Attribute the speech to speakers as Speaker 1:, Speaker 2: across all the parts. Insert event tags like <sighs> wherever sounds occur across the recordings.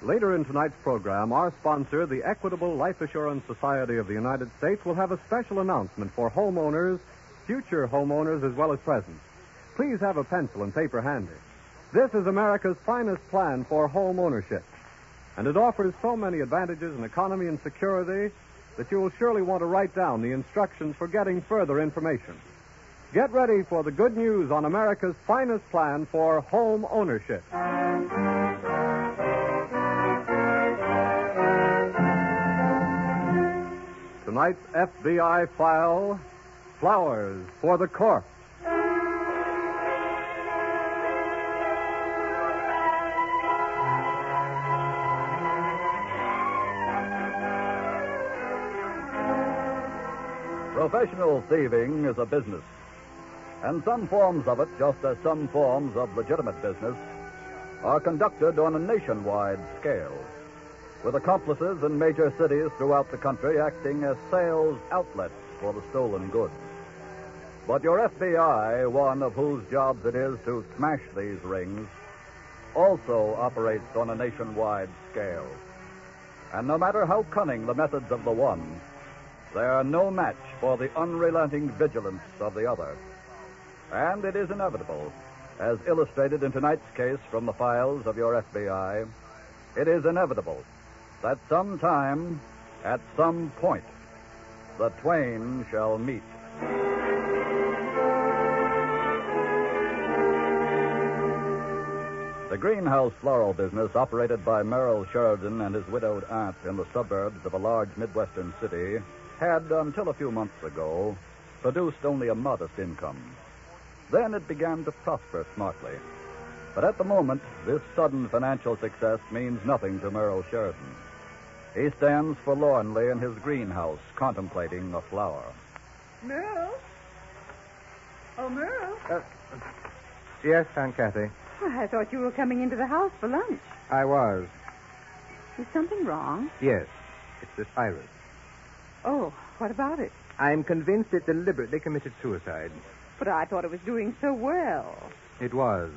Speaker 1: Later in tonight's program, our sponsor, the Equitable Life Assurance Society of the United States, will have a special announcement for homeowners, future homeowners as well as present. Please have a pencil and paper handy. This is America's finest plan for home ownership, and it offers so many advantages in economy and security that you will surely want to write down the instructions for getting further information. Get ready for the good news on America's finest plan for home ownership. Tonight's FBI file Flowers for the Corpse.
Speaker 2: Professional thieving is a business. And some forms of it, just as some forms of legitimate business, are conducted on a nationwide scale, with accomplices in major cities throughout the country acting as sales outlets for the stolen goods. But your FBI, one of whose jobs it is to smash these rings, also operates on a nationwide scale. And no matter how cunning the methods of the one, they are no match for the unrelenting vigilance of the other. And it is inevitable, as illustrated in tonight's case from the files of your FBI, it is inevitable that sometime, at some point, the twain shall meet. The greenhouse floral business, operated by Merrill Sheridan and his widowed aunt in the suburbs of a large Midwestern city, had, until a few months ago, produced only a modest income. Then it began to prosper smartly. But at the moment, this sudden financial success means nothing to Merrill Sheridan. He stands forlornly in his greenhouse contemplating a flower.
Speaker 3: Merle? Oh, Merle?
Speaker 4: Uh, Yes, Aunt Kathy.
Speaker 3: Why, I thought you were coming into the house for lunch.
Speaker 4: I was.
Speaker 3: Is something wrong?
Speaker 4: Yes. It's this iris.
Speaker 3: Oh, what about it?
Speaker 4: I'm convinced it deliberately committed suicide.
Speaker 3: But I thought it was doing so well.
Speaker 4: It was.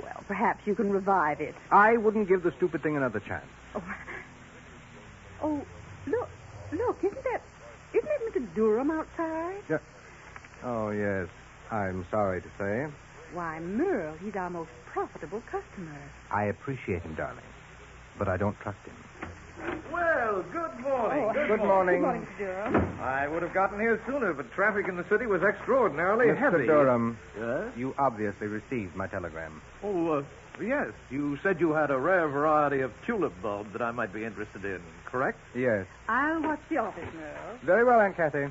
Speaker 3: Well, perhaps you can revive it.
Speaker 4: I wouldn't give the stupid thing another chance.
Speaker 3: Oh, oh look, look, isn't that, isn't that Mr. Durham outside?
Speaker 4: Yeah. Oh, yes. I'm sorry to say.
Speaker 3: Why, Merle, he's our most profitable customer.
Speaker 4: I appreciate him, darling. But I don't trust him.
Speaker 5: Well, good morning.
Speaker 3: Oh,
Speaker 4: Good morning.
Speaker 3: Good morning, Mr. Durham.
Speaker 5: I would have gotten here sooner, but traffic in the city was extraordinarily
Speaker 4: Mr.
Speaker 5: heavy.
Speaker 4: Durham,
Speaker 5: Yes?
Speaker 4: you obviously received my telegram.
Speaker 5: Oh, uh, yes. You said you had a rare variety of tulip bulb that I might be interested in, correct?
Speaker 4: Yes.
Speaker 3: I'll watch the office, Merle.
Speaker 4: Very well, Aunt Kathy.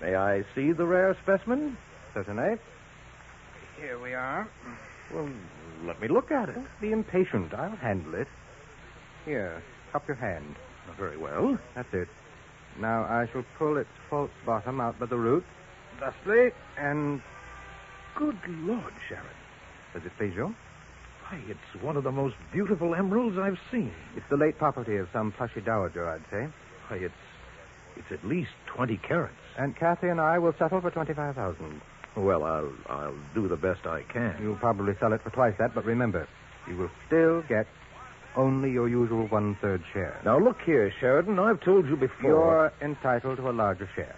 Speaker 5: May I see the rare specimen?
Speaker 4: Certainly. Here we are.
Speaker 5: Well, let me look at it.
Speaker 4: Don't be impatient. I'll handle it. Here, cup your hand.
Speaker 5: Very well.
Speaker 4: That's it. Now I shall pull its false bottom out by the root. Thusly. And
Speaker 5: Good Lord, Sharon.
Speaker 4: does it please you?
Speaker 5: Why, it's one of the most beautiful emeralds I've seen.
Speaker 4: It's the late property of some plushy dowager, I'd say.
Speaker 5: Why, it's, it's at least 20 carats.
Speaker 4: And Kathy and I will settle for twenty-five thousand.
Speaker 5: Well, I'll, I'll do the best I can.
Speaker 4: You'll probably sell it for twice that, but remember, you will still get Only your usual one third share.
Speaker 5: Now, look here, Sheridan. I've told you before.
Speaker 4: You're entitled to a larger share.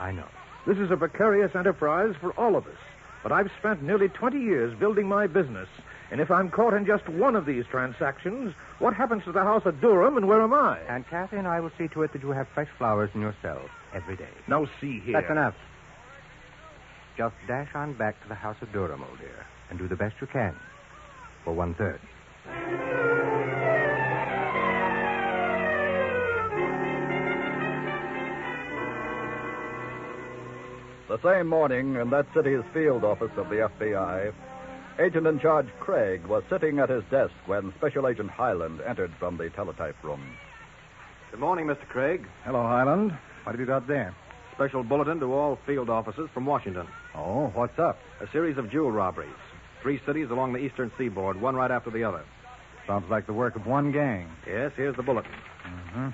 Speaker 4: I know.
Speaker 5: This is a precarious enterprise for all of us. But I've spent nearly 20 years building my business. And if I'm caught in just one of these transactions, what happens to the house at Durham and where am I?
Speaker 4: And Kathy and I will see to it that you have fresh flowers in your cells every day.
Speaker 5: Now, see here.
Speaker 4: That's enough. Just dash on back to the house of Durham, old dear, and do the best you can for one third.
Speaker 2: The same morning, in that city's field office of the FBI, Agent in Charge Craig was sitting at his desk when Special Agent Highland entered from the teletype room.
Speaker 6: Good morning, Mr. Craig.
Speaker 5: Hello, Highland. What have you got there?
Speaker 6: Special bulletin to all field offices from Washington.
Speaker 5: Oh, what's up?
Speaker 6: A series of jewel robberies. Three cities along the eastern seaboard, one right after the other.
Speaker 5: Sounds like the work of one gang.
Speaker 6: Yes, here's the bulletin.
Speaker 5: Mm-hmm.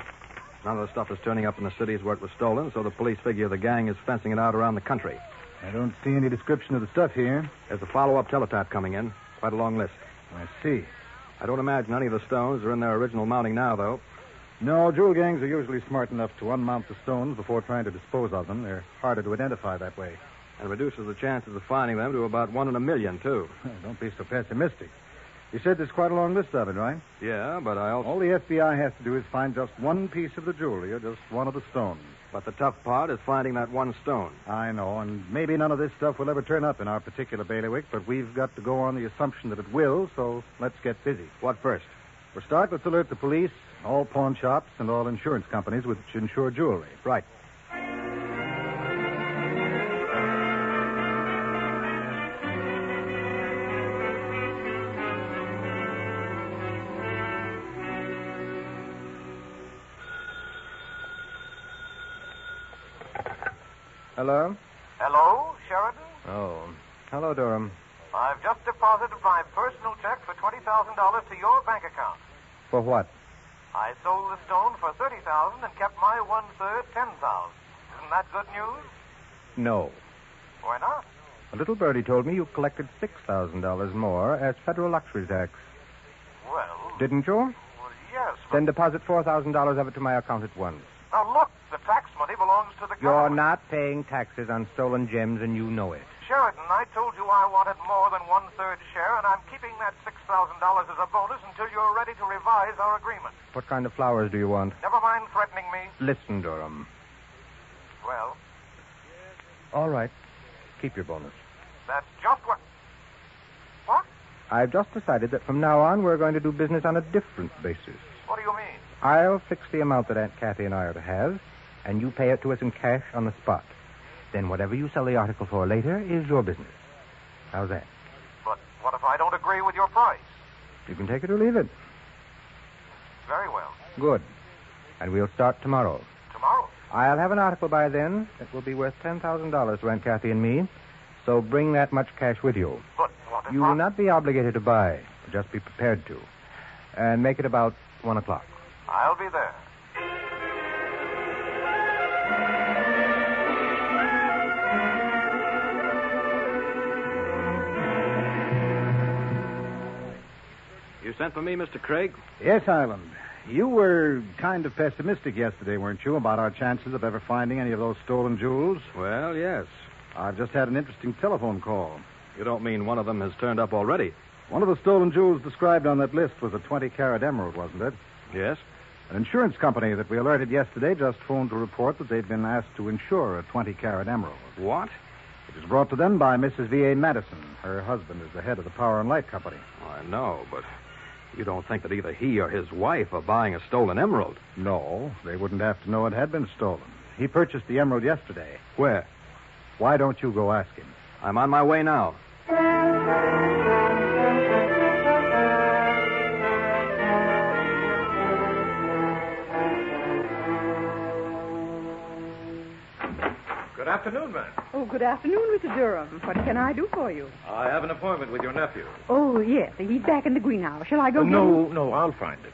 Speaker 6: None of the stuff is turning up in the cities where it was stolen, so the police figure the gang is fencing it out around the country.
Speaker 5: I don't see any description of the stuff here.
Speaker 6: There's a follow up teletype coming in. Quite a long list.
Speaker 5: I see.
Speaker 6: I don't imagine any of the stones are in their original mounting now, though.
Speaker 5: No, jewel gangs are usually smart enough to unmount the stones before trying to dispose of them. They're harder to identify that way.
Speaker 6: And reduces the chances of finding them to about one in a million,
Speaker 5: <laughs>
Speaker 6: too.
Speaker 5: Don't be so pessimistic. You said there's quite a long list of it, right?
Speaker 6: Yeah, but I also.
Speaker 5: All the FBI has to do is find just one piece of the jewelry or just one of the stones.
Speaker 6: But the tough part is finding that one stone.
Speaker 5: I know, and maybe none of this stuff will ever turn up in our particular bailiwick, but we've got to go on the assumption that it will, so let's get busy.
Speaker 6: What first?
Speaker 5: For start, let's alert the police, all pawn shops, and all insurance companies which insure jewelry.
Speaker 6: Right.
Speaker 4: Hello?
Speaker 7: Hello, Sheridan?
Speaker 4: Oh. Hello, Durham.
Speaker 7: I've just deposited my personal check for $20,000 to your bank account.
Speaker 4: For what?
Speaker 7: I sold the stone for 30000 and kept my one-third 10000 Isn't that good news?
Speaker 4: No.
Speaker 7: Why not?
Speaker 4: A little birdie told me you collected $6,000 more as federal luxury tax.
Speaker 7: Well,
Speaker 4: Didn't you?
Speaker 7: well yes. but-
Speaker 4: Then deposit $4,000 of it to my account at once.
Speaker 7: Now, look, the tax money belongs to the
Speaker 4: You're
Speaker 7: government.
Speaker 4: not paying taxes on stolen gems, and you know it.
Speaker 7: Sheridan, I told you I wanted more than one-third share, and I'm keeping that $6,000 as a bonus until you're ready to revise our agreement.
Speaker 4: What kind of flowers do you want?
Speaker 7: Never mind threatening me.
Speaker 4: Listen, Durham.
Speaker 7: Well,
Speaker 4: All right. Keep your bonus.
Speaker 7: that's just what... What?
Speaker 4: I've just decided that from now on we're going to do business on a different basis.
Speaker 7: What do you mean?
Speaker 4: I'll fix the amount that Aunt Kathy and I are to have, and you pay it to us in cash on the spot. Then whatever you sell the article for later is your business. How's that?
Speaker 7: But what if I don't agree with your price?
Speaker 4: You can take it or leave it.
Speaker 7: Very well.
Speaker 4: Good. And we'll start tomorrow.
Speaker 7: Tomorrow.
Speaker 4: I'll have an article by then that will be worth $10,000 to Aunt Kathy and me, so bring that much cash with you.
Speaker 7: But what if
Speaker 4: You
Speaker 7: I...
Speaker 4: will not be obligated to buy, but just be prepared to. And make it about 1 o'clock.
Speaker 7: I'll be there.
Speaker 6: You sent for me, Mr. Craig?
Speaker 5: Yes, Highland. You were kind of pessimistic yesterday, weren't you, about our chances of ever finding any of those stolen jewels?
Speaker 6: Well, yes.
Speaker 5: I've just had an interesting telephone call.
Speaker 6: You don't mean one of them has turned up already?
Speaker 5: One of the stolen jewels described on that list was a 20 carat emerald, wasn't it?
Speaker 6: Yes.
Speaker 5: An insurance company that we alerted yesterday just phoned to report that they'd been asked to insure a 20 carat emerald.
Speaker 6: What?
Speaker 5: It was brought to them by Mrs. V.A. Madison. Her husband is the head of the Power and Light Company.
Speaker 6: I know, but you don't think that either he or his wife are buying a stolen emerald.
Speaker 5: No, they wouldn't have to know it had been stolen. He purchased the emerald yesterday.
Speaker 6: Where?
Speaker 5: Why don't you go ask him?
Speaker 6: I'm on my way now.
Speaker 8: Good afternoon, ma'am.
Speaker 3: Oh, good afternoon, Mr. Durham. What can I do for you?
Speaker 8: I have an appointment with your nephew.
Speaker 3: Oh, yes. He's back in the greenhouse. Shall
Speaker 4: Oh,
Speaker 3: I go get him?
Speaker 8: no, no, I'll find him.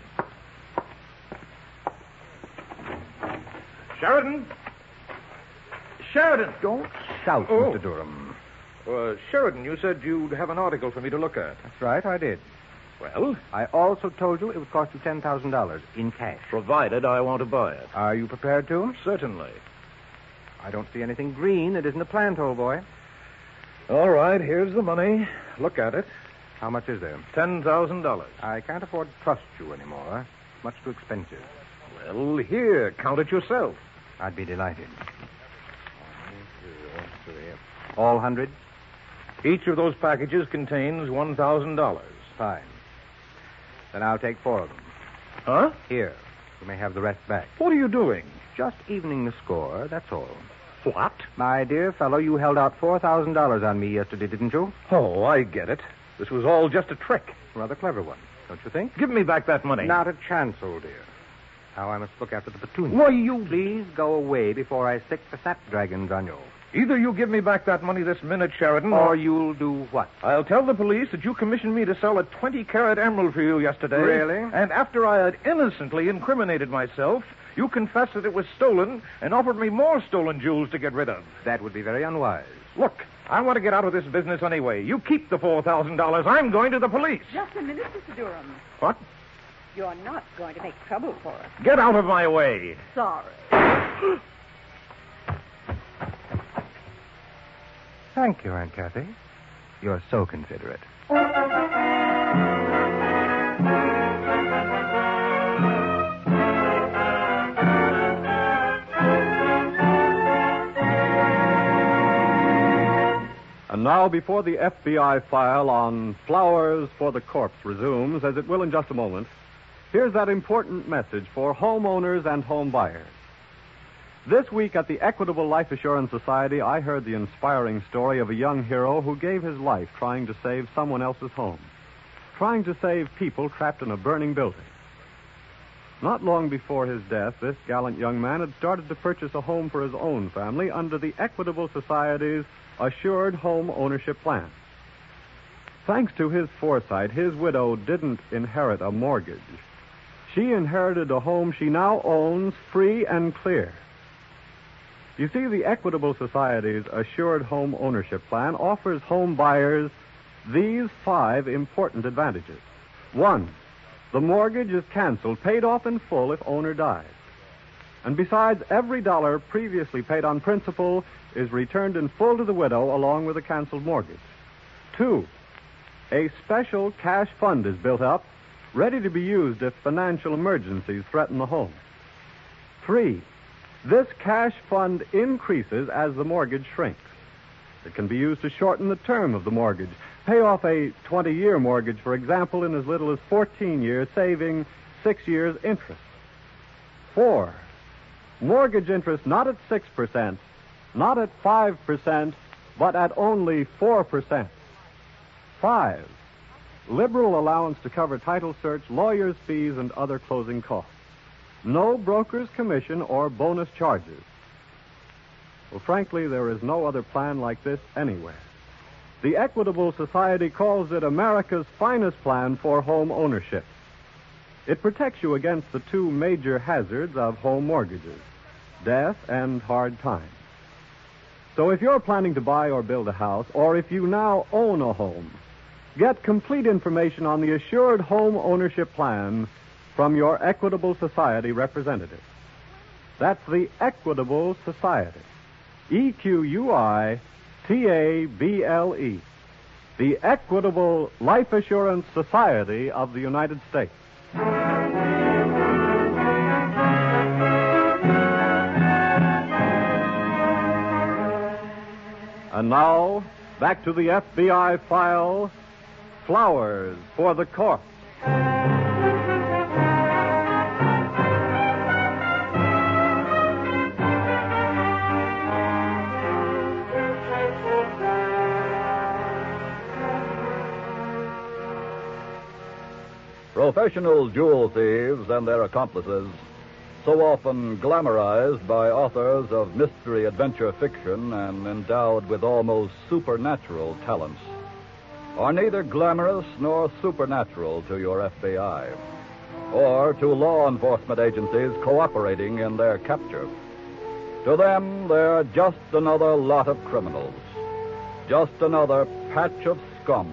Speaker 8: Sheridan! Sheridan! Don't.
Speaker 4: Shout,
Speaker 8: Oh.
Speaker 4: Mr. Durham.
Speaker 8: Uh, Sheridan, you said you'd have an article for me to look at.
Speaker 4: That's right, I did.
Speaker 5: Well,
Speaker 9: I also told you it would cost you $10,000 in cash.
Speaker 5: provided I want to buy it.
Speaker 9: Are you prepared to?
Speaker 5: Certainly.
Speaker 9: I don't see anything green that isn't a plant, old boy.
Speaker 5: All right, here's the money. Look at it.
Speaker 9: How much is there?
Speaker 5: Ten thousand dollars.
Speaker 9: I can't afford to trust you anymore. It's much too expensive.
Speaker 5: Well, here, count it yourself.
Speaker 9: I'd be delighted. One, two, three. All hundred?
Speaker 5: Each of those packages contains one thousand dollars.
Speaker 9: Fine. Then I'll take four of them.
Speaker 5: Huh?
Speaker 9: Here. You may have the rest back.
Speaker 5: What are you doing?
Speaker 9: Just evening the score, that's all.
Speaker 5: What?
Speaker 9: My dear fellow, you held out $4,000 on me yesterday, didn't you?
Speaker 5: Oh, I get it. This was all just a trick.
Speaker 9: Rather clever one, don't you think?
Speaker 5: Give me back that money.
Speaker 9: Not a chance, old dear. Now I must look after the petunias.
Speaker 5: Why, you.
Speaker 9: Please go away before I stick the snapdragons on you.
Speaker 5: Either you give me back that money this minute, Sheridan,
Speaker 9: Or you'll do what?
Speaker 5: I'll tell the police that you commissioned me to sell a 20 carat emerald for you yesterday.
Speaker 9: Really?
Speaker 5: And after I had innocently incriminated myself, you confessed that it was stolen and offered me more stolen jewels to get rid of.
Speaker 9: That would be very unwise.
Speaker 5: Look, I want to get out of this business anyway. You keep the $4,000. I'm going to the police.
Speaker 3: Just a minute, Mr. Durham.
Speaker 5: What?
Speaker 3: You're not going to make trouble for us.
Speaker 5: Get out of my way.
Speaker 3: Sorry.
Speaker 9: Thank you, Aunt Kathy. You're so considerate.
Speaker 4: And now, before the FBI file on Flowers for the Corpse resumes, as it will in just a moment, here's that important message for homeowners and home buyers. This week at the Equitable Life Assurance Society, I heard the inspiring story of a young hero who gave his life trying to save someone else's home, trying to save people trapped in a burning building. Not long before his death, this gallant young man had started to purchase a home for his own family under the Equitable Society's Assured Home Ownership Plan. Thanks to his foresight, his widow didn't inherit a mortgage. She inherited a home she now owns free and clear. You see, the Equitable Society's Assured Home Ownership Plan offers home buyers these five important advantages. One, the mortgage is canceled, paid off in full if owner dies. And besides, every dollar previously paid on principal is returned in full to the widow along with the canceled mortgage. Two, a special cash fund is built up, ready to be used if financial emergencies threaten the home. Three, this cash fund increases as the mortgage shrinks. It can be used to shorten the term of the mortgage. Pay off a 20 year mortgage, for example, in as little as 14 years, saving six years' interest. Four, mortgage interest not at 6%, not at 5%, but at only 4%. Five, liberal allowance to cover title search, lawyer's fees, and other closing costs. No broker's commission or bonus charges. Well, frankly, there is no other plan like this anywhere. The Equitable Society calls it America's finest plan for home ownership. It protects you against the two major hazards of home mortgages death and hard times. So if you're planning to buy or build a house, or if you now own a home, get complete information on the Assured Home Ownership Plan from your Equitable Society representative. That's the Equitable Society. E Q U I T A B L E. The Equitable Life Assurance Society of the United States. And now, back to the FBI file Flowers for the Corpse.
Speaker 2: Professional jewel thieves and their accomplices, so often glamorized by authors of mystery adventure fiction and endowed with almost supernatural talents, are neither glamorous nor supernatural to your FBI or to law enforcement agencies cooperating in their capture. To them, they're just another lot of criminals, just another patch of scum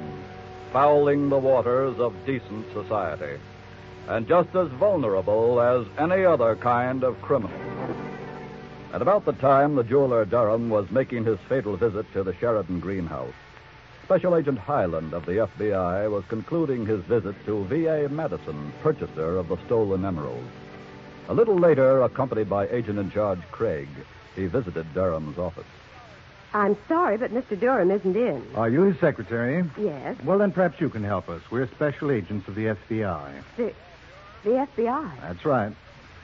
Speaker 2: fouling the waters of decent society, and just as vulnerable as any other kind of criminal. At about the time the jeweler Durham was making his fatal visit to the Sheridan greenhouse, Special Agent Highland of the FBI was concluding his visit to V.A. Madison, purchaser of the stolen emeralds. A little later, accompanied by Agent in Charge Craig, he visited Durham's office.
Speaker 10: I'm sorry, but Mr. Durham isn't in.
Speaker 11: Are you his secretary?
Speaker 10: Yes.
Speaker 11: Well, then perhaps you can help us. We're special agents of the FBI.
Speaker 10: The, the FBI?
Speaker 11: That's right.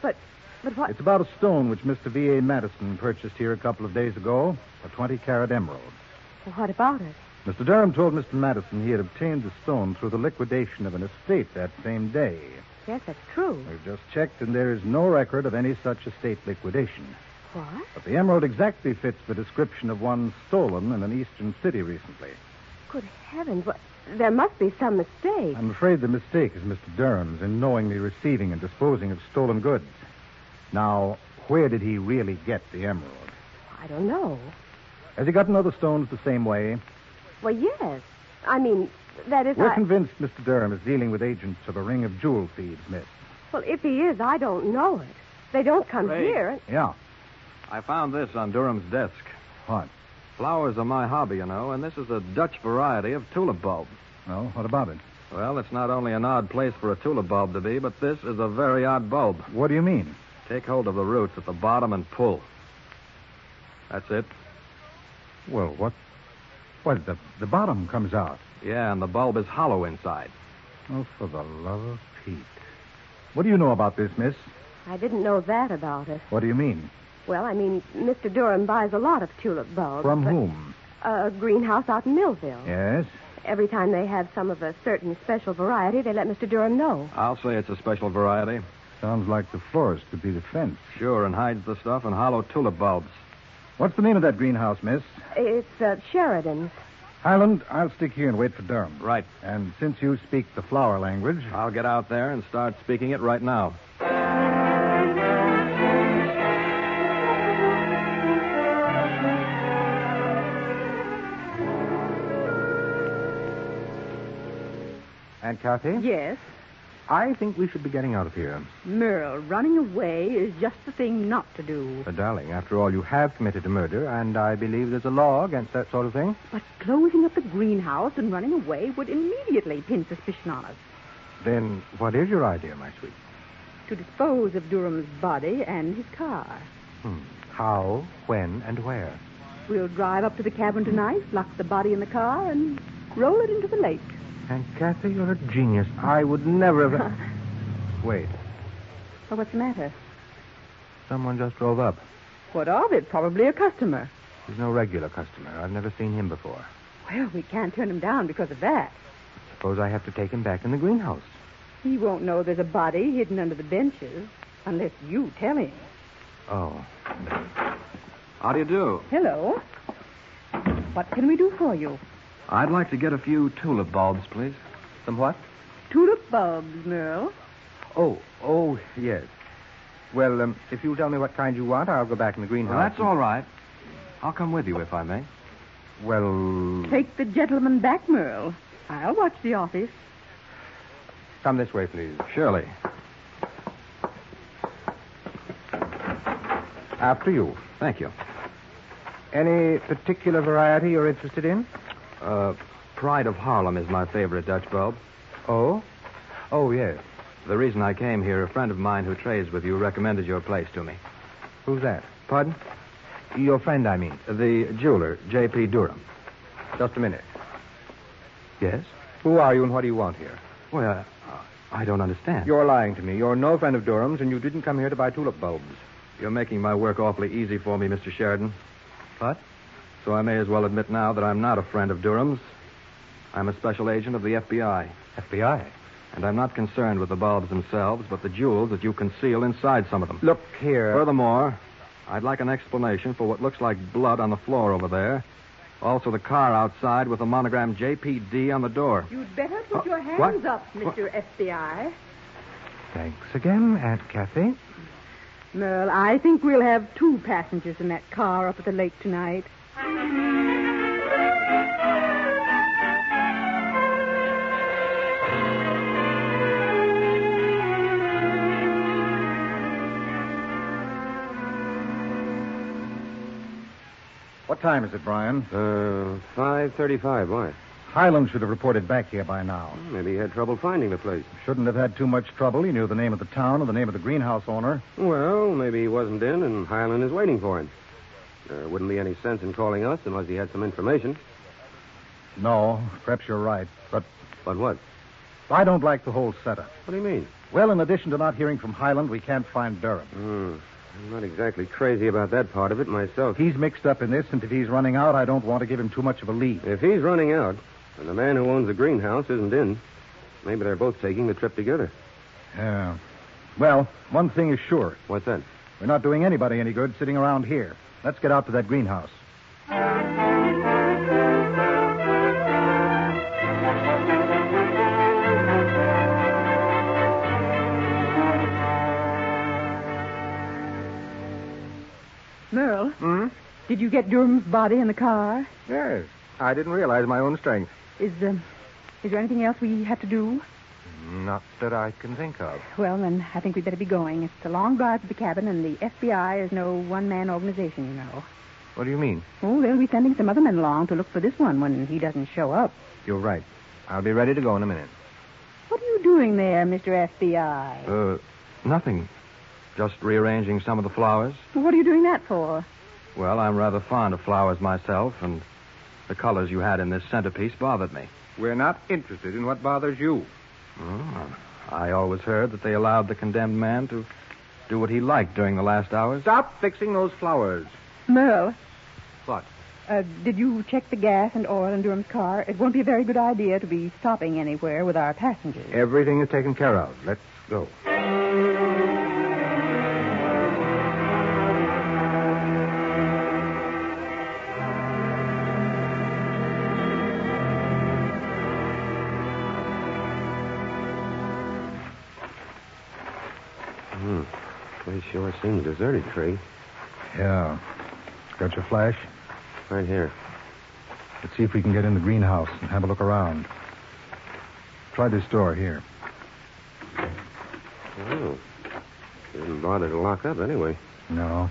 Speaker 10: But, but what?
Speaker 11: It's about a stone which Mr. V.A. Madison purchased here a couple of days ago, a 20 carat emerald.
Speaker 10: Well, what about it?
Speaker 11: Mr. Durham told Mr. Madison he had obtained the stone through the liquidation of an estate that same day.
Speaker 10: Yes, that's true.
Speaker 11: We've just checked, and there is no record of any such estate liquidation.
Speaker 10: What?
Speaker 11: But the emerald exactly fits the description of one stolen in an eastern city recently.
Speaker 10: Good heavens. What? There must be some mistake.
Speaker 11: I'm afraid the mistake is Mr. Durham's in knowingly receiving and disposing of stolen goods. Now, where did he really get the emerald?
Speaker 10: I don't know.
Speaker 11: Has he gotten other stones the same way?
Speaker 10: Well, yes. I mean, that is.
Speaker 11: We're
Speaker 10: I-
Speaker 11: convinced Mr. Durham is dealing with agents of a ring of jewel thieves, miss.
Speaker 10: Well, if he is, I don't know it. They don't come
Speaker 5: Ray.
Speaker 10: here. and-
Speaker 11: Yeah.
Speaker 5: I found this on Durham's desk.
Speaker 11: What?
Speaker 5: Flowers are my hobby, you know, and this is a Dutch variety of tulip bulb.
Speaker 11: Well, what about it?
Speaker 5: Well, it's not only an odd place for a tulip bulb to be, but this is a very odd bulb.
Speaker 11: What do you mean?
Speaker 5: Take hold of the roots at the bottom and pull. That's it.
Speaker 11: Well, what? Well, the, the bottom comes out.
Speaker 5: Yeah, and the bulb is hollow inside.
Speaker 11: Oh, for the love of Pete. What do you know about this, miss?
Speaker 10: I didn't know that about it.
Speaker 11: What do you mean?
Speaker 10: Well, I mean, Mr. Durham buys a lot of tulip bulbs.
Speaker 11: From
Speaker 10: but-
Speaker 11: whom?
Speaker 10: A greenhouse out in Millville.
Speaker 11: Yes?
Speaker 10: Every time they have some of a certain special variety, they let Mr. Durham know.
Speaker 5: I'll say it's a special variety.
Speaker 11: Sounds like the florist could be the fence.
Speaker 5: Sure, and hides the stuff in hollow tulip bulbs.
Speaker 11: What's the name of that greenhouse, miss?
Speaker 10: It's uh, Sheridan's.
Speaker 11: Highland, I'll stick here and wait for Durham.
Speaker 5: Right.
Speaker 11: And since you speak the flower language.
Speaker 5: I'll get out there and start speaking it right now.
Speaker 12: Aunt Kathy?
Speaker 3: Yes.
Speaker 12: I think we should be getting out of here.
Speaker 3: Merle, running away is just the thing not to do.
Speaker 12: But, Uh, darling, after all, you have committed a murder, and I believe there's a law against that sort of thing.
Speaker 3: But closing up the greenhouse and running away would immediately pin suspicion on us.
Speaker 12: Then what is your idea, my sweet?
Speaker 3: To dispose of Durham's body and his car.
Speaker 12: Hmm. How, when, and where?
Speaker 3: We'll drive up to the cabin tonight, lock the body in the car, and roll it into the lake.
Speaker 12: Aunt Kathy, you're a genius. I would never have. <laughs> Wait.
Speaker 3: Well, what's the matter?
Speaker 12: Someone just drove up.
Speaker 3: What of it? Probably a customer.
Speaker 12: He's no regular customer. I've never seen him before.
Speaker 3: Well, we can't turn him down because of that.
Speaker 12: Suppose I have to take him back in the greenhouse.
Speaker 3: He won't know there's a body hidden under the benches unless you tell him.
Speaker 12: Oh.
Speaker 5: How do you do?
Speaker 3: Hello. What can we do for you?
Speaker 5: I'd like to get a few tulip bulbs, please.
Speaker 12: Some what?
Speaker 3: Tulip bulbs, Merle.
Speaker 12: Oh, oh, yes. Well, um, if you'll tell me what kind you want, I'll go back in the greenhouse.
Speaker 5: Well, that's
Speaker 12: and-
Speaker 5: all right. I'll come with you if I may.
Speaker 12: Well,
Speaker 3: Take the gentleman back, Merle. I'll watch the office.
Speaker 12: come this way, please.
Speaker 5: Surely.
Speaker 12: After you.
Speaker 5: Thank you.
Speaker 12: Any particular variety you're interested in?
Speaker 5: Uh, Pride of Harlem is my favorite Dutch bulb.
Speaker 12: Oh? Oh, yes.
Speaker 5: The reason I came here, a friend of mine who trades with you recommended your place to me.
Speaker 12: Who's that?
Speaker 5: Pardon?
Speaker 12: Your friend, I mean.
Speaker 5: The jeweler, J.P. Durham.
Speaker 12: Just a minute.
Speaker 5: Yes?
Speaker 12: Who are you and what do you want here?
Speaker 5: Well, uh, I don't understand.
Speaker 12: You're lying to me. You're no friend of Durham's, and you didn't come here to buy tulip bulbs.
Speaker 5: You're making my work awfully easy for me, Mr. Sheridan.
Speaker 12: What?
Speaker 5: So I may as well admit now that I'm not a friend of Durham's. I'm a special agent of the FBI,
Speaker 12: FBI.
Speaker 5: and I'm not concerned with the bulbs themselves, but the jewels that you conceal inside some of them.
Speaker 12: Look here.
Speaker 5: Furthermore, I'd like an explanation for what looks like blood on the floor over there. Also, the car outside with the monogram JPD on the door.
Speaker 3: You'd better put
Speaker 5: Uh,
Speaker 3: your
Speaker 5: what?
Speaker 3: hands up, Mr. FBI.
Speaker 12: Thanks again, Aunt Kathy.
Speaker 3: Merle, I think we'll have two passengers in that car up at the lake tonight.
Speaker 4: What time is it, Brian?
Speaker 7: Uh, 5.35. Why?
Speaker 4: Highland should have reported back here by now.
Speaker 7: Maybe he had trouble finding the place.
Speaker 4: Shouldn't have had too much trouble. He knew the name of the town and the name of the greenhouse owner.
Speaker 7: Well, Oh, maybe he wasn't in, and Highland is waiting for him. There wouldn't be any sense in calling us unless he had some information.
Speaker 4: No, perhaps you're right. But
Speaker 7: But what?
Speaker 4: I don't like the whole setup.
Speaker 7: What do you mean?
Speaker 4: Well, in addition to not hearing from Highland, we can't find Durham.
Speaker 7: Hmm. I'm not exactly crazy about that part of it myself.
Speaker 4: He's mixed up in this, and if he's running out, I don't want to give him too much of a lead.
Speaker 7: If he's running out, and the man who owns the greenhouse isn't in, maybe they're both taking the trip together.
Speaker 4: Yeah. Well, one thing is sure.
Speaker 7: What's that?
Speaker 4: We're not doing anybody any good sitting around here. Let's get out to that greenhouse.
Speaker 3: Merle,
Speaker 5: Hmm?
Speaker 3: did you get Durham's body in the car?
Speaker 5: Yes. I didn't realize my own strength.
Speaker 3: Is, um, is there anything else we have to do?
Speaker 5: Not that I can think of.
Speaker 3: Well, then I think we'd better be going. It's a long drive to the cabin, and the FBI is no one-man organization, you know.
Speaker 5: What do you mean?
Speaker 3: Oh, they'll be sending some other men along to look for this one when he doesn't show up.
Speaker 5: You're right. I'll be ready to go in a minute.
Speaker 3: What are you doing there, Mr. FBI?
Speaker 5: Uh, nothing. Just rearranging some of the flowers.
Speaker 3: What are you doing that for?
Speaker 5: Well, I'm rather fond of flowers myself, and the colors you had in this centerpiece bothered me.
Speaker 4: We're not interested in what bothers you.
Speaker 5: Oh, I always heard that they allowed the condemned man to do what he liked during the last hours. Stop fixing those flowers.
Speaker 3: Merle,
Speaker 5: What?
Speaker 3: uh, did you check the gas and oil in Durham's car? It won't be a very good idea to be stopping anywhere with our passengers.
Speaker 5: Everything is taken care of. Let's go.
Speaker 7: Hmm. Place sure seems deserted, Tree.
Speaker 4: Yeah. Got your flash?
Speaker 7: Right here.
Speaker 4: Let's see if we can get in the greenhouse and have a look around. Try this door here.
Speaker 7: Oh. Didn't bother to lock up anyway.
Speaker 4: No.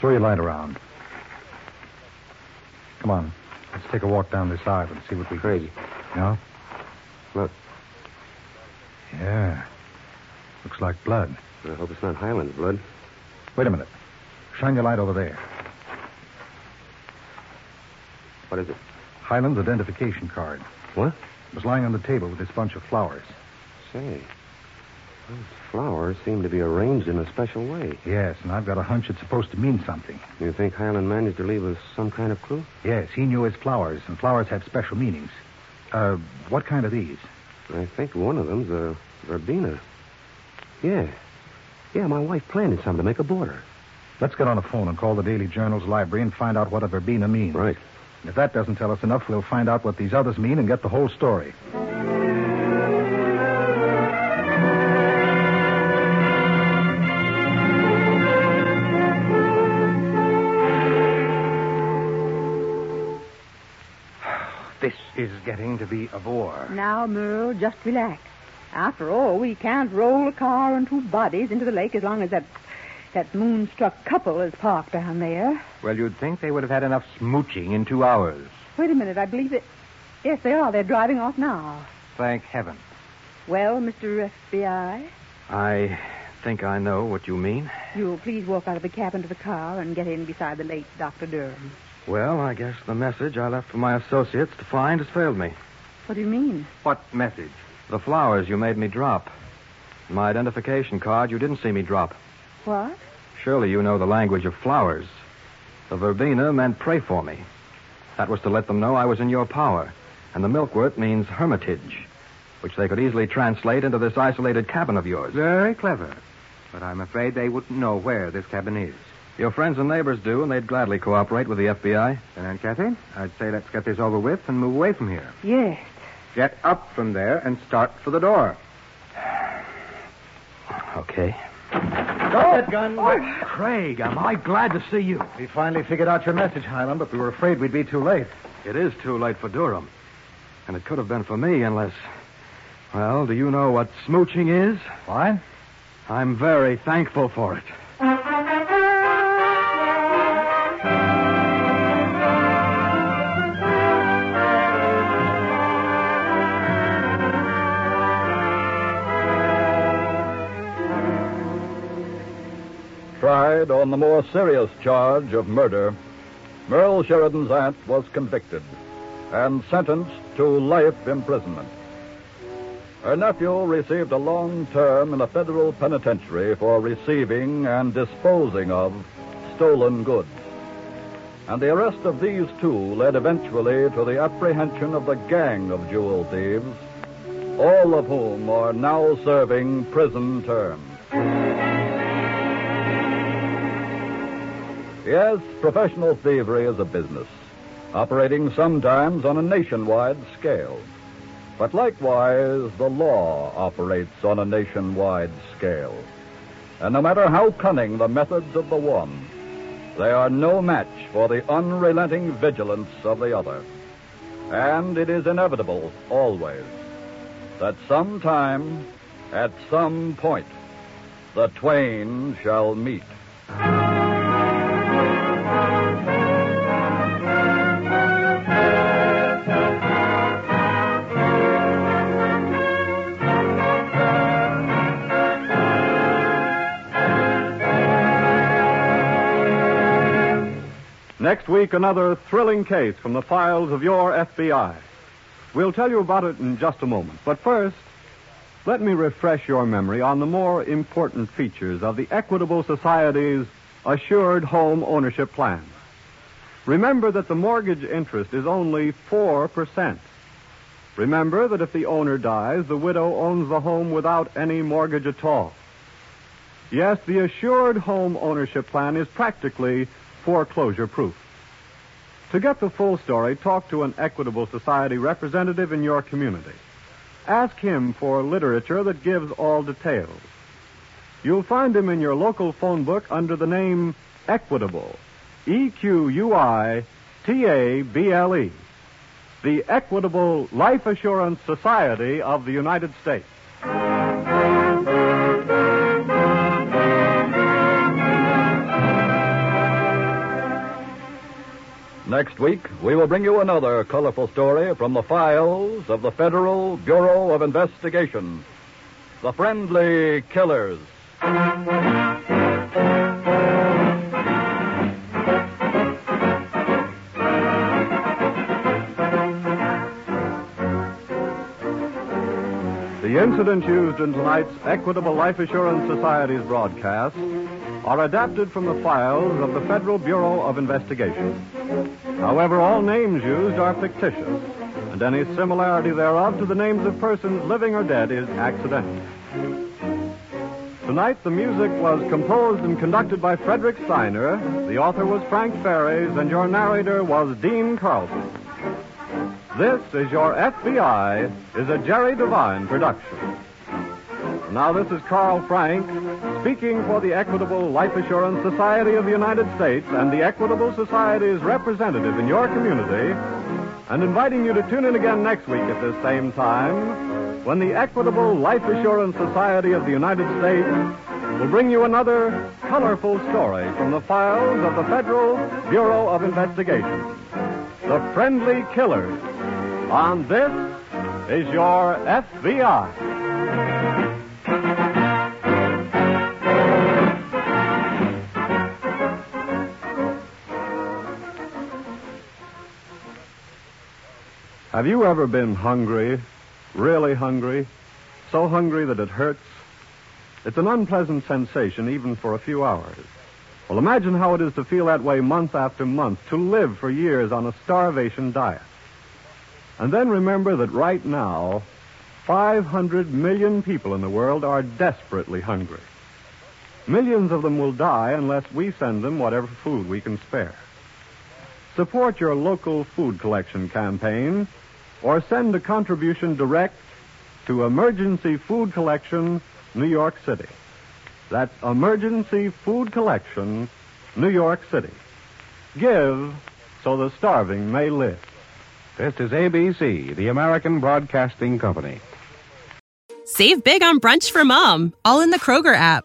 Speaker 4: Throw your light around. Come on. Let's take a walk down this aisle and see what we
Speaker 7: Craig.
Speaker 4: No?
Speaker 7: Look.
Speaker 4: Yeah. Looks like blood.
Speaker 7: I hope it's not Highland's blood.
Speaker 4: Wait a minute. Shine your light over there.
Speaker 7: What is it?
Speaker 4: Highland's identification card.
Speaker 7: What?
Speaker 4: It was lying on the table with this bunch of flowers.
Speaker 7: Say. Those flowers seem to be arranged in a special way.
Speaker 4: Yes, and I've got a hunch it's supposed to mean something.
Speaker 7: You think Highland managed to leave us some kind of clue?
Speaker 4: Yes, he knew his flowers, and flowers have special meanings. Uh, what kind are these?
Speaker 7: I think one of them's a verbena. Yeah. Yeah, my wife planted some to make a border.
Speaker 4: Let's get on the phone and call the Daily Journal's library and find out what a verbena means.
Speaker 7: Right.
Speaker 4: And if that doesn't tell us enough, we'll find out what these others mean and get the whole story.
Speaker 13: <sighs> This is getting to be a bore.
Speaker 3: Now, Merle, just relax. After all, we can't roll a car and two bodies into the lake as long as that that moonstruck couple is parked down there.
Speaker 13: Well, you'd think they would have had enough smooching in two hours.
Speaker 3: Wait a minute, I believe it. Yes, they are. They're driving off now.
Speaker 13: Thank heaven.
Speaker 3: Well, Mr. FBI,
Speaker 5: I think I know what you mean.
Speaker 3: you'll please walk out of the cabin to the car and get in beside the late Dr. Durham.
Speaker 5: Well, I guess the message I left for my associates to find has failed me.
Speaker 3: What do you mean?
Speaker 5: What message? The flowers you made me drop. My identification card you didn't see me drop.
Speaker 3: What?
Speaker 5: Surely you know the language of flowers. The verbena meant pray for me. That was to let them know I was in your power. And the milkwort means hermitage, which they could easily translate into this isolated cabin of yours.
Speaker 13: Very clever. But I'm afraid they wouldn't know where this cabin is.
Speaker 5: Your friends and neighbors do, and they'd gladly cooperate with the FBI.
Speaker 13: Then, Aunt Kathy, I'd say let's get this over with and move away from here.
Speaker 3: Yes.
Speaker 13: Get up from there and start for the door.
Speaker 5: Okay.
Speaker 4: Throw that gun.
Speaker 13: Craig, am I glad to see you.
Speaker 4: We finally figured out your message, Highland, but we were afraid we'd be too late.
Speaker 5: It is too late for Durham. And it could have been for me unless. Well, do you know what smooching is?
Speaker 4: Why?
Speaker 5: I'm very thankful for it.
Speaker 14: Thank you.
Speaker 2: tried on the more serious charge of murder, Merle Sheridan's aunt was convicted and sentenced to life imprisonment. Her nephew received a long term in a federal penitentiary for receiving and disposing of stolen goods. And the arrest of these two led eventually to the apprehension of the gang of jewel thieves, all of whom are now serving prison terms. Yes, professional thievery is a business, operating sometimes on a nationwide scale. But likewise, the law operates on a nationwide scale. And no matter how cunning the methods of the one, they are no match for the unrelenting vigilance of the other. And it is inevitable, always, that sometime, at some point, the twain shall meet.
Speaker 4: Next week, another thrilling case from the files of your FBI. We'll tell you about it in just a moment. But first, let me refresh your memory on the more important features of the Equitable Society's Assured Home Ownership Plan. Remember that the mortgage interest is only 4%. Remember that if the owner dies, the widow owns the home without any mortgage at all. Yes, the Assured Home Ownership Plan is practically foreclosure proof. To get the full story, talk to an Equitable Society representative in your community. Ask him for literature that gives all details. You'll find him in your local phone book under the name Equitable. E Q U I T A B L E. The Equitable Life Assurance Society of the United States.
Speaker 2: Next week, we will bring you another colorful story from the files of the Federal Bureau of Investigation The Friendly Killers.
Speaker 4: The incidents used in tonight's Equitable Life Assurance Society's broadcast are adapted from the files of the Federal Bureau of Investigation. However, all names used are fictitious, and any similarity thereof to the names of persons living or dead is accidental. Tonight, the music was composed and conducted by Frederick Steiner, the author was Frank Ferries, and your narrator was Dean Carlson. This is your FBI, is a Jerry Devine production. Now, this is Carl Frank speaking for the Equitable Life Assurance Society of the United States and the Equitable Society's representative in your community, and inviting you to tune in again next week at this same time when the Equitable Life Assurance Society of the United States will bring you another colorful story from the files of the Federal Bureau of Investigation The Friendly Killers. On this is your FBI. Have you ever been hungry? Really hungry? So hungry that it hurts? It's an unpleasant sensation even for a few hours. Well, imagine how it is to feel that way month after month, to live for years on a starvation diet. And then remember that right now, 500 million people in the world are desperately hungry. Millions of them will die unless we send them whatever food we can spare. Support your local food collection campaign or send a contribution direct to Emergency Food Collection, New York City. That's Emergency Food Collection, New York City. Give so the starving may live.
Speaker 11: This is ABC, the American Broadcasting Company.
Speaker 15: Save big on brunch for mom, all in the Kroger app.